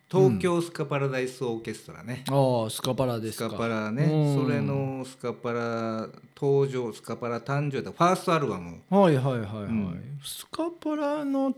S2: 東京スカパラダイスオーケストラね、
S1: ああスカパラです
S2: スカ
S1: か
S2: パラね
S1: うん
S2: それのスカパラ登場スカパラ誕生だファーストアルバム
S1: はいはいはいはい、
S2: ん
S1: スカパラのフ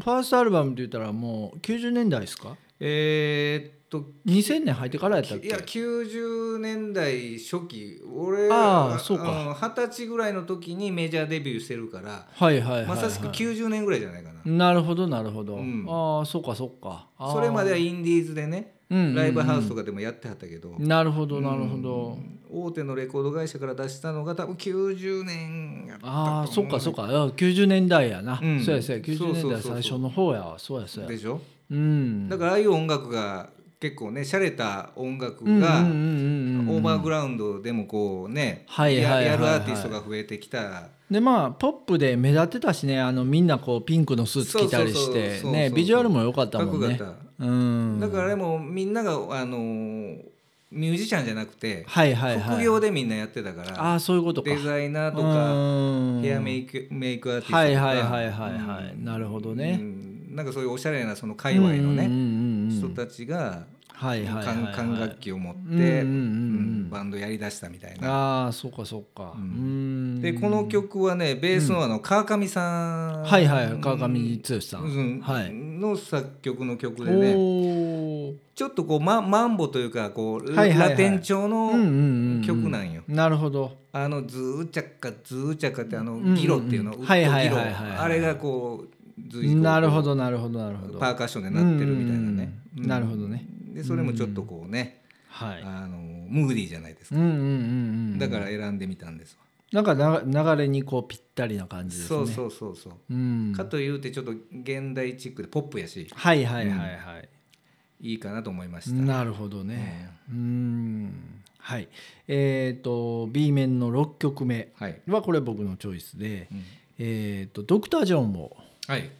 S1: ァーストアルバムって言ったらもう90年代ですか
S2: えーっと
S1: 2000年入ってからやったっけ
S2: いや90年代初期俺
S1: あー
S2: あ
S1: そうか
S2: の二十歳ぐらいの時にメジャーデビューしてるから、
S1: はいはいはい、はい、
S2: まさしく90年ぐらいじゃないかな、
S1: なるほどなるほど、
S2: うん
S1: ああそうかそうかあー
S2: それまではインディーズでね
S1: うんうんうん
S2: ライブハウスとかでもやってはったけど、
S1: なるほどなるほど、
S2: うん大手のレコード会社から出したのが多分90年やったと思う
S1: ああそうかそうかあ90年代やな、
S2: うん
S1: そうやそうや90
S2: そ
S1: 年
S2: うそう
S1: 代
S2: そうそう
S1: 最初の方やわそうやそうや
S2: でしょ、
S1: うん
S2: だ
S1: か
S2: からああいう音楽が結構ね洒落た音楽が、
S1: うんうんうんうん
S2: オーバーグラウンドでもこうね、
S1: はいはいはいはい
S2: ややるアーティストが増えてきた
S1: でまあポップで目立ってたしねあのみんなこうピンクのスーツ着たり
S2: そう
S1: し
S2: そうそう
S1: て
S2: そう
S1: ねビジュアルも良かったもんね
S2: かっこよか
S1: う
S2: っ
S1: ん
S2: だからでもみんながあのーミュージシャンじゃなくて、
S1: はいはいはい
S2: 副業でみんなやってたから、
S1: ああそういうことか
S2: デザイナーとか
S1: か
S2: ヘアメイクメイクアーティストとか
S1: はいはいはいはいはい、なるほど
S2: う
S1: ね、
S2: んなんかそういうおしゃれなその界隈の
S1: うんうん
S2: ね、
S1: うんうん
S2: 人たちが
S1: はいはいはいは
S2: 管
S1: い
S2: 管楽器を持って、
S1: うんうんうんうん
S2: うんバンドやりだしたみたいな。
S1: ああそうかそうかうん
S2: でこの曲はねベースのあの川上さん、
S1: はいはい川上剛さん、
S2: うん
S1: はい
S2: の作曲の曲でね
S1: おお
S2: ちょっとこうママンボというかこう、
S1: はいはいはい
S2: ラテン調
S1: うんうん
S2: の
S1: うんうん
S2: 曲なんよ。
S1: なるほど
S2: あのズーチャッカズーチャッカってあの
S1: んうん
S2: ギロっていうの、ウッド
S1: はいはい
S2: ギロ
S1: はいはいはい
S2: あれがこう随時こう
S1: なるほどなるほどなるほど
S2: パーカッションで鳴ってるみたい
S1: う
S2: なね。
S1: んうんうんなるほどね
S2: でそれもちょっとこうね、
S1: はい
S2: あのムーディーじゃないです
S1: う
S2: か、
S1: んうんうんうん
S2: だから選んでみたんですわ
S1: なんかなが流れにこうぴったりな感じですね
S2: そうそうそうそう、
S1: うん
S2: かというてちょっと現代チックでポップやし
S1: はいはいはいはい、
S2: いいかなと思いました、
S1: なるほどねうんはいえっ、と B 面の6曲目
S2: はい、
S1: はこれ僕のチョイスで、
S2: うん
S1: えっ、とドクター・ジョンを
S2: はい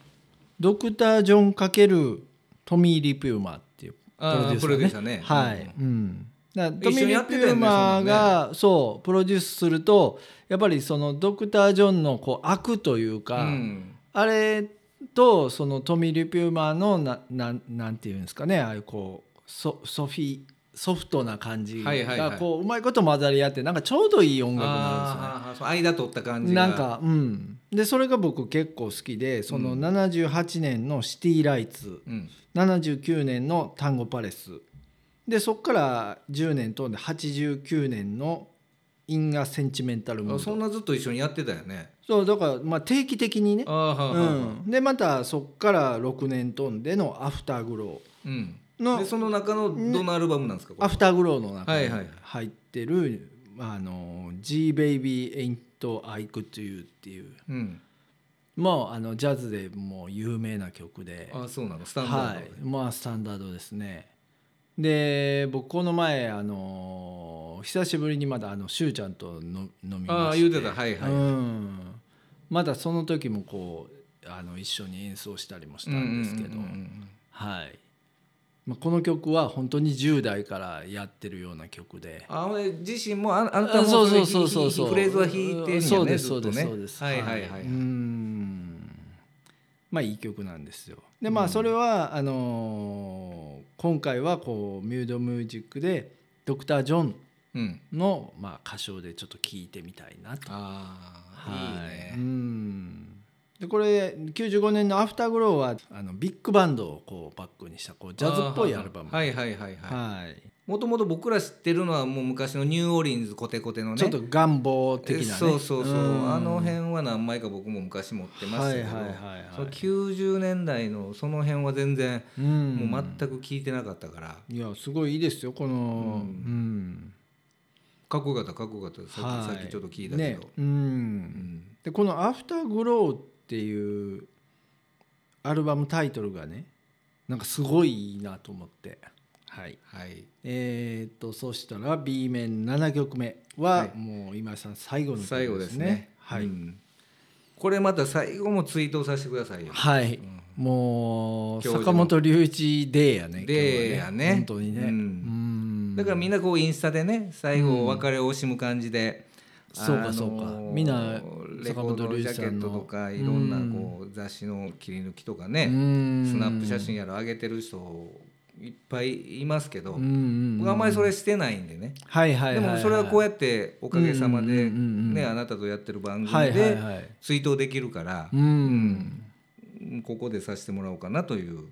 S1: ドクター・ジョン×トミー・リピューマーっていうプロ
S2: あ
S1: デュー
S2: ー
S1: サ
S2: プ
S1: ー,、
S2: ロ
S1: ね
S2: デューサーね
S1: はい、うんだからト
S2: 一
S1: ミー・
S2: 緒に
S1: リ
S2: やって
S1: ピ
S2: たよね
S1: ューマーがそうプロデュースするとやっぱりそのドクター・ジョンのこう悪という
S2: う
S1: か、
S2: ん、
S1: あれとそのトミー・リピューマーのななんなんていうんですかねああいうこうソソフィソフトな感じ
S2: はいはいは
S1: が
S2: い
S1: こううまいこと混ざり合ってなんかちょうどいい音楽なんですよね。
S2: あーあーそう間取った感じが
S1: なんかうんでそれが僕結構好きでその
S2: うん
S1: 78年の「シティ・ライツ
S2: うん」
S1: 79年の「タンゴ・パレス」でそっから10年飛んで89年の「インガ・センチメンタル・ム
S2: あ
S1: ー
S2: そ
S1: ド
S2: ん」なずっと一緒にやってたよね
S1: そうだからまあ定期的にね
S2: ああーはーはーは
S1: うん、でまたそっから6年飛んでの「アフター・グロ
S2: ーうん
S1: ー」の
S2: でその中のどのアルバムなんですか
S1: 「アフター・グロー」の中
S2: は
S1: に
S2: いはい
S1: 入ってる「あの G-Baby Ain't I Could You」っていう。
S2: ー、うん、
S1: もうあのジャズでもう有名な曲で
S2: あ、ーそうなのスタンダード、
S1: はい、まあスタンダードですね。で僕この前あのー久しぶりにまだあのしゅうちゃんとの飲み
S2: あ
S1: ま
S2: あ
S1: し
S2: 言うてたはいはい、
S1: うん、まだその時もこうあの一緒に演奏したりもしたんですけど、
S2: うんうんうんうん
S1: はい。まあ、この曲は本当に10代からやってるような曲で。
S2: あほんで自身もああなた
S1: あ
S2: も
S1: そう
S2: の
S1: そうそうそうそう
S2: ひひひフレーズは弾いてるんやね
S1: そうです
S2: ず
S1: そ
S2: っ
S1: う
S2: と
S1: で
S2: ね
S1: すそうです
S2: はいはいは
S1: う
S2: い
S1: ーんまあいい曲なんですよでまあそれは、あのー今回はこうミュードミュージックでドクター・ジョン
S2: うん
S1: の、まあ、歌唱でちょっと聴いてみたいなと
S2: あ
S1: は
S2: あいいうね
S1: んでこれ95年の「アフターグローは」あのビッグバンドをこうバックにしたこうジャズっぽいアルバム
S2: はいはいはいは
S1: はい
S2: いもともと僕ら知ってるのはもう昔のニューオーリンズコテコテのね
S1: ちょっと願望的なね
S2: えそうそうそう、
S1: ん
S2: あの辺は何枚か僕も昔持ってましたけど、
S1: はいはいはいはい
S2: その90年代のその辺は全然
S1: うん
S2: もう全く聞いてなかったから、
S1: いやすごいいいですよこの、うん
S2: かっこよかったかっこよかったさっき,、
S1: はい
S2: さっきちょっと聞いたけ
S1: ね
S2: ど、
S1: うん
S2: うん
S1: でこの「アフターグロー」っていうアルバムタイトルがねなんかすごいいいなと思ってはい
S2: はい
S1: えー、とそしたら B 面7曲目は、
S2: はい
S1: もう今井さん最後の曲ですね
S2: 最後ですね
S1: はい、
S2: うんこれまた最後もツイートさせてくださいよ
S1: はい、
S2: ん
S1: もう
S2: 教授
S1: 坂
S2: の
S1: 本龍一デーやね
S2: デーやね
S1: 今日は本当にね
S2: うん
S1: うん
S2: だからみんなこうインスタでね最後お別れを惜しむ感じで、
S1: そうか
S2: あのー
S1: そうかみんな
S2: レコードのジャケットとかいろんな
S1: うん
S2: こう雑誌の切り抜きとかね、
S1: うん
S2: スナップ写真やら上げてる人いっぱいいますけど、
S1: うんうん
S2: 僕あんまりそれしてないんでね、
S1: はいはい
S2: で
S1: はいはい
S2: もそれはこうやっておかげさまで、
S1: うんうんうんうん
S2: ね、あなたとやってる番
S1: は
S2: 組
S1: いはい
S2: で
S1: はい
S2: 追悼できるから
S1: う、ん
S2: ここでさせてもらおうかなという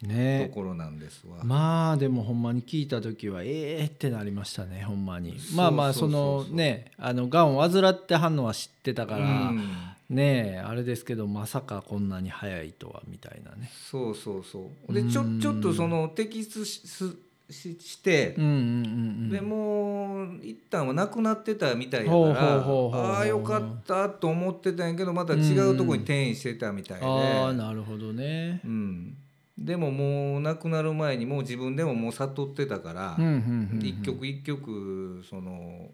S2: と
S1: ね
S2: ころなんですわ。
S1: まあでもほんまに聞いた時はええってなりましたねほんまにまあまあ
S2: そ
S1: そう
S2: そうそうそう
S1: のねあのがんを患ってはんのは知ってたから、
S2: うん
S1: ねえあれですけどまさかこんなに早いとはみたいなね
S2: そうそうそうでちょ
S1: うん
S2: ちょっとその摘出しすしして
S1: うん、うんうんうん
S2: でもう一旦はなくなってたみたいだか
S1: ほうほうほ
S2: ら
S1: うほう
S2: ああよかったと思ってたんやけどまた違うところに転移してたみたいで、
S1: ああなるほどね
S2: うん、でももう亡くなる前にもう自分でももう悟ってたから
S1: うんうんうんうん
S2: 一曲一曲その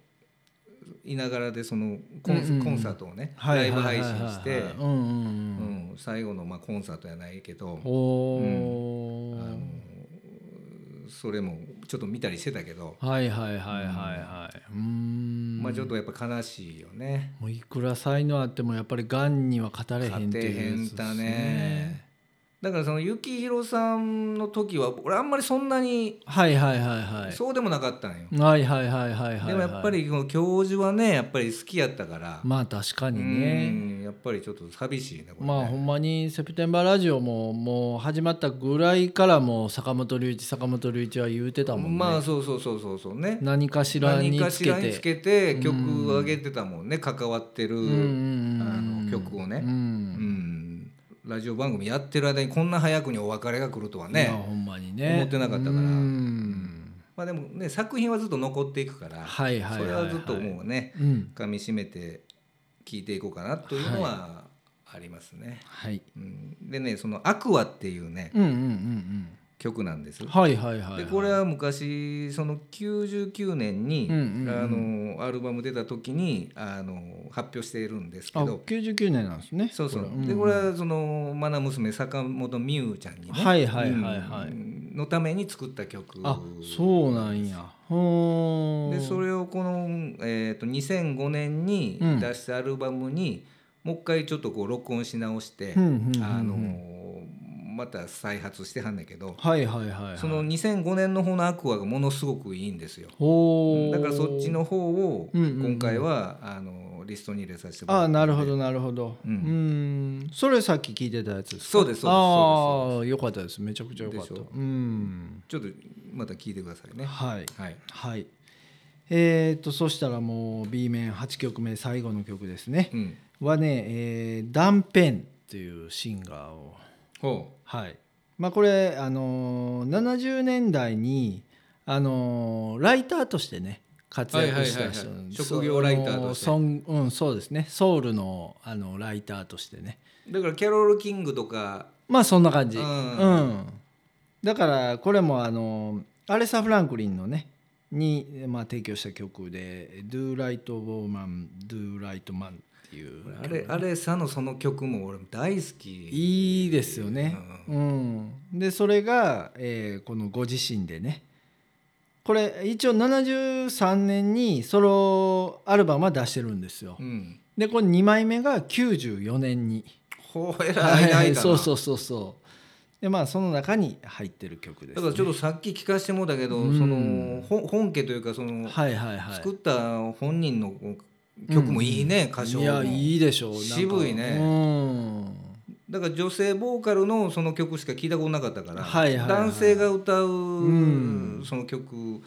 S2: いながらでそのコン
S1: うんうんうん
S2: コンサートをね
S1: はい
S2: ライブ
S1: はい
S2: 配
S1: はいはい
S2: 信して、
S1: うんうんう
S2: う
S1: ん
S2: ん、最後のまあコンサートやないけど。
S1: おお
S2: あのそれもちょっと見たりしてたけど、
S1: はいはいはいはいはいうん
S2: まあちょっとやっぱ悲しいよね。
S1: もういくら才能あってもやっぱりがんには語れへんっていうやつです
S2: 勝てへんだねだからその幸宏さんの時は俺あんまりそんなに
S1: はいはいはいはい
S2: そうでもなかったんよ。
S1: はいはいはいはいはいはい
S2: でもやっぱりこの教授はねやっぱり好きやったから、
S1: まあ確かに
S2: う
S1: ね
S2: んやっぱりちょっと寂しいねこれね。
S1: まあほんまに「セプテンバーラジオも」もう始まったぐらいからもう坂本龍一坂本龍一は言うてたもんね、
S2: まあそうそうそうそうそうね。
S1: 何かしらに
S2: 何か
S1: つ
S2: し
S1: け
S2: らに
S1: て
S2: つけて曲上げてたもんね関わってる、
S1: うんうんうんうん
S2: あの曲をね
S1: う
S2: うんんラジオ番組やってる間にこんな早くにお別れが来るとはね。
S1: いやほんまにね
S2: 思ってなかったから
S1: うん
S2: まあでもね作品はずっと残っていくから、
S1: はいはいはいはい
S2: それはずっともうね
S1: うん
S2: 噛み締めて聞いていこうかなというのはありますね。
S1: はい
S2: うん、でねその「アクア」っていうね
S1: うんうんうん
S2: 曲なんです
S1: うん。はいはいはいはい
S2: でこれは昔その99年に、
S1: うんうんうん
S2: あのアルバム出た時にあの発表しているんですけ
S1: あ
S2: ど
S1: 99年なんですね
S2: そうそう
S1: れ
S2: でこれはその愛娘坂本美優ちゃんにね、
S1: はいはいはいはい
S2: うんのために作った曲
S1: あそうなんやほー
S2: でそれをこの、えー、と2005年に
S1: うん
S2: 出したアルバムに、もう一回ちょっとこう録音し直して、
S1: うんうんうんうん
S2: あのーまた再発してはんだけど、
S1: はいはいはいはい
S2: その2005年の方の「アクア」がものすごくいいんですよ。
S1: ほー
S2: だからそっちの方を
S1: うんうんうん
S2: 今回は、あのリストに入れさせてもら
S1: あ
S2: って
S1: なるほどなるほどう
S2: うんん
S1: それさっき聞いてたやつですか
S2: そうですそうです
S1: ああよかったですめちゃくちゃよかった
S2: でしょ
S1: うん
S2: ちょっとまた聞いてくださいね。
S1: はい
S2: はい、
S1: はいえー、とそしたらもう B 面8曲目最後の曲ですね
S2: う、ん、
S1: はね、えーダン・ペンっていうシンガーを
S2: ほ
S1: はいまあこれあのー70年代にあのーライターとしてね活躍した人
S2: はいはいはいはい
S1: そう
S2: 職業ライターとして
S1: あのーソンうんそうですねソウルのあのライターとしてね
S2: うだからキャロル・キングとか
S1: まあそんな感じ、う
S2: うんん
S1: だからこれもあのアレサ・フランクリンのねに、まあ、提供した曲で「Do Right Woman Do Right Man」っていう曲
S2: あれあれさのその曲も俺大好き。
S1: いいですよね、うんでそれが、えーこのご自身でねこれ一応73年にソロアルバムは出してるんですよ、
S2: うん、
S1: でこれ2枚目が94年に。
S2: ほうえ
S1: は
S2: ら
S1: い
S2: い
S1: は
S2: ない
S1: い、
S2: か
S1: [laughs]
S2: な
S1: そうそうそうそうでまあその中に入ってる曲です、
S2: だからちょっとさっき聞かせてもらったけど、
S1: うん
S2: そのほ本家というかその、
S1: はいはいはい
S2: 作った本人の曲もいいね、歌唱も
S1: いやいいでしょうなんか
S2: 渋いね
S1: う
S2: だから女性ボーカルのその曲しか聞いたことなかったから、
S1: はいはいはい
S2: 男性が歌う、
S1: うん
S2: その曲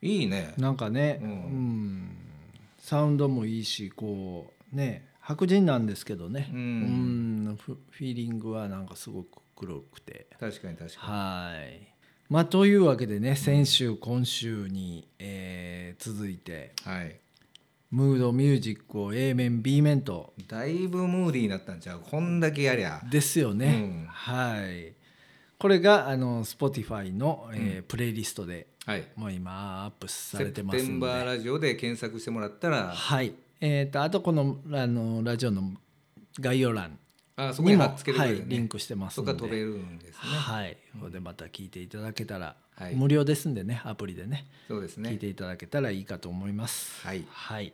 S2: いいね
S1: んなんかね、う
S2: うんん
S1: サウンドもいいしこうね白人なんですけどね
S2: うん
S1: うんフフィーリングはなんかすごく黒くて
S2: 確かに確か
S1: はいまあというわけでね先週今週に、えー続いて
S2: にはい
S1: ムードミュージックを A 面 B 面と
S2: だいぶムーディーになったんちゃうこんだけやりゃ
S1: ですよね、
S2: うん
S1: はいこれがあの Spotify の、えープレイリストで
S2: はい
S1: もう今アップさ
S2: セ
S1: れ
S2: プ
S1: て
S2: テ
S1: ます
S2: ン
S1: ん
S2: バー
S1: で
S2: ラジオで検索してもらったら
S1: はいえー、とあとこのあのラジオの概要欄
S2: あそこ
S1: に
S2: に
S1: も
S2: 貼っつけてく
S1: は
S2: れる
S1: い、
S2: ね、
S1: リンクしてます
S2: そ
S1: ん
S2: こ
S1: で
S2: が飛べるんですね
S1: はいこれでまた聞いていただけたら、
S2: はい
S1: 無料ですんでねアプリでね
S2: そうです
S1: 聞い
S2: ね
S1: ていただけたらいいかと思います
S2: はい
S1: はい、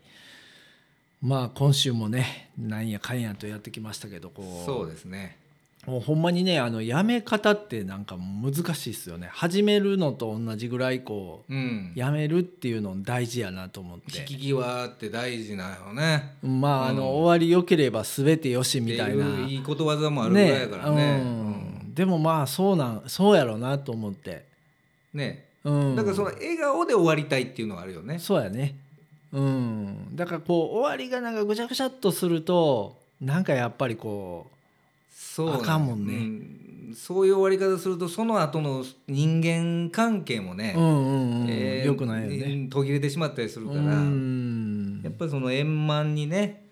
S1: まあ今週もねなんやかんやとやってきましたけどこう
S2: そうですね
S1: もうほんまにねあのやめ方ってなんか難しいですよね始めるのと同じぐらいこう
S2: うん
S1: やめるっていうの大事やなと思っ
S2: 引
S1: て
S2: き際って大事なよね
S1: まああ
S2: うん
S1: の終わり良ければ全てよしみたいな
S2: ってういいことわざもあるぐらいやからね
S1: ねうん、でもまあそうなんそうやろうなと思って、
S2: うんね
S1: うん、
S2: だからその笑顔で終わりたいっていうのはあるよね
S1: そうやねうんだからこう終わりがなんかぐちゃぐちゃっとするとなんかやっぱりこ
S2: そう
S1: あかんもんね
S2: うそういう終わり方するとその後の人間関係もね
S1: う、うんうんうん、
S2: えー
S1: よくないよね
S2: 途切れてしまったりするから、
S1: うん
S2: やっぱりその円満にね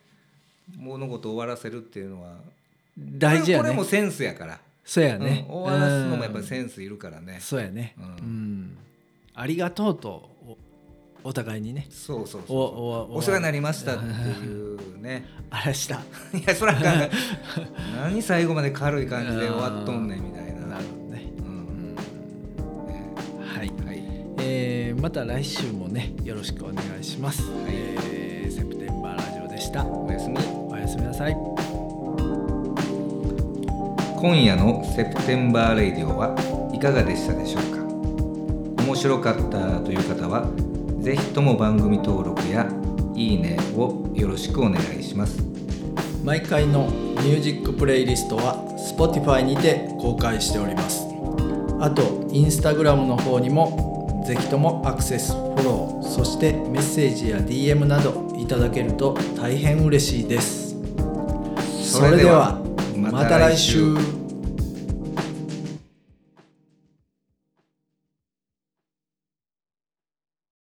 S2: 物事を終わらせるっていうのは
S1: 大事や
S2: これ
S1: ね
S2: もセンスやから、
S1: そうやね、
S2: うん終わらすのもやっぱり
S1: ン
S2: センスいるからね、
S1: そうやね
S2: う
S1: うんん、ありがとうとおお互いにね
S2: そうそうそう
S1: おお
S2: お世話になりましたっていうね
S1: [laughs] あれした
S2: いやそらあかんが何最後まで軽い感じで終わっとんねんみたい
S1: [laughs]
S2: な
S1: なるほどね、
S2: う
S1: うんん、はい
S2: はい
S1: えーまた来週もねよろしくお願いします、
S2: はい
S1: えーセプテンバーラジオでした
S2: おやすみ
S1: おやすみなさい
S2: 今夜のセプテンバーレイディオはいかがでしたでしょうか面白かったという方はぜひとも番組登録やいいねをよろしくお願いします
S1: 毎回のミュージックプレイリストは Spotify にて公開しておりますあと Instagram の方にもぜひともアクセスフォローそしてメッセージや DM などいただけると大変嬉しいですそれではまた来週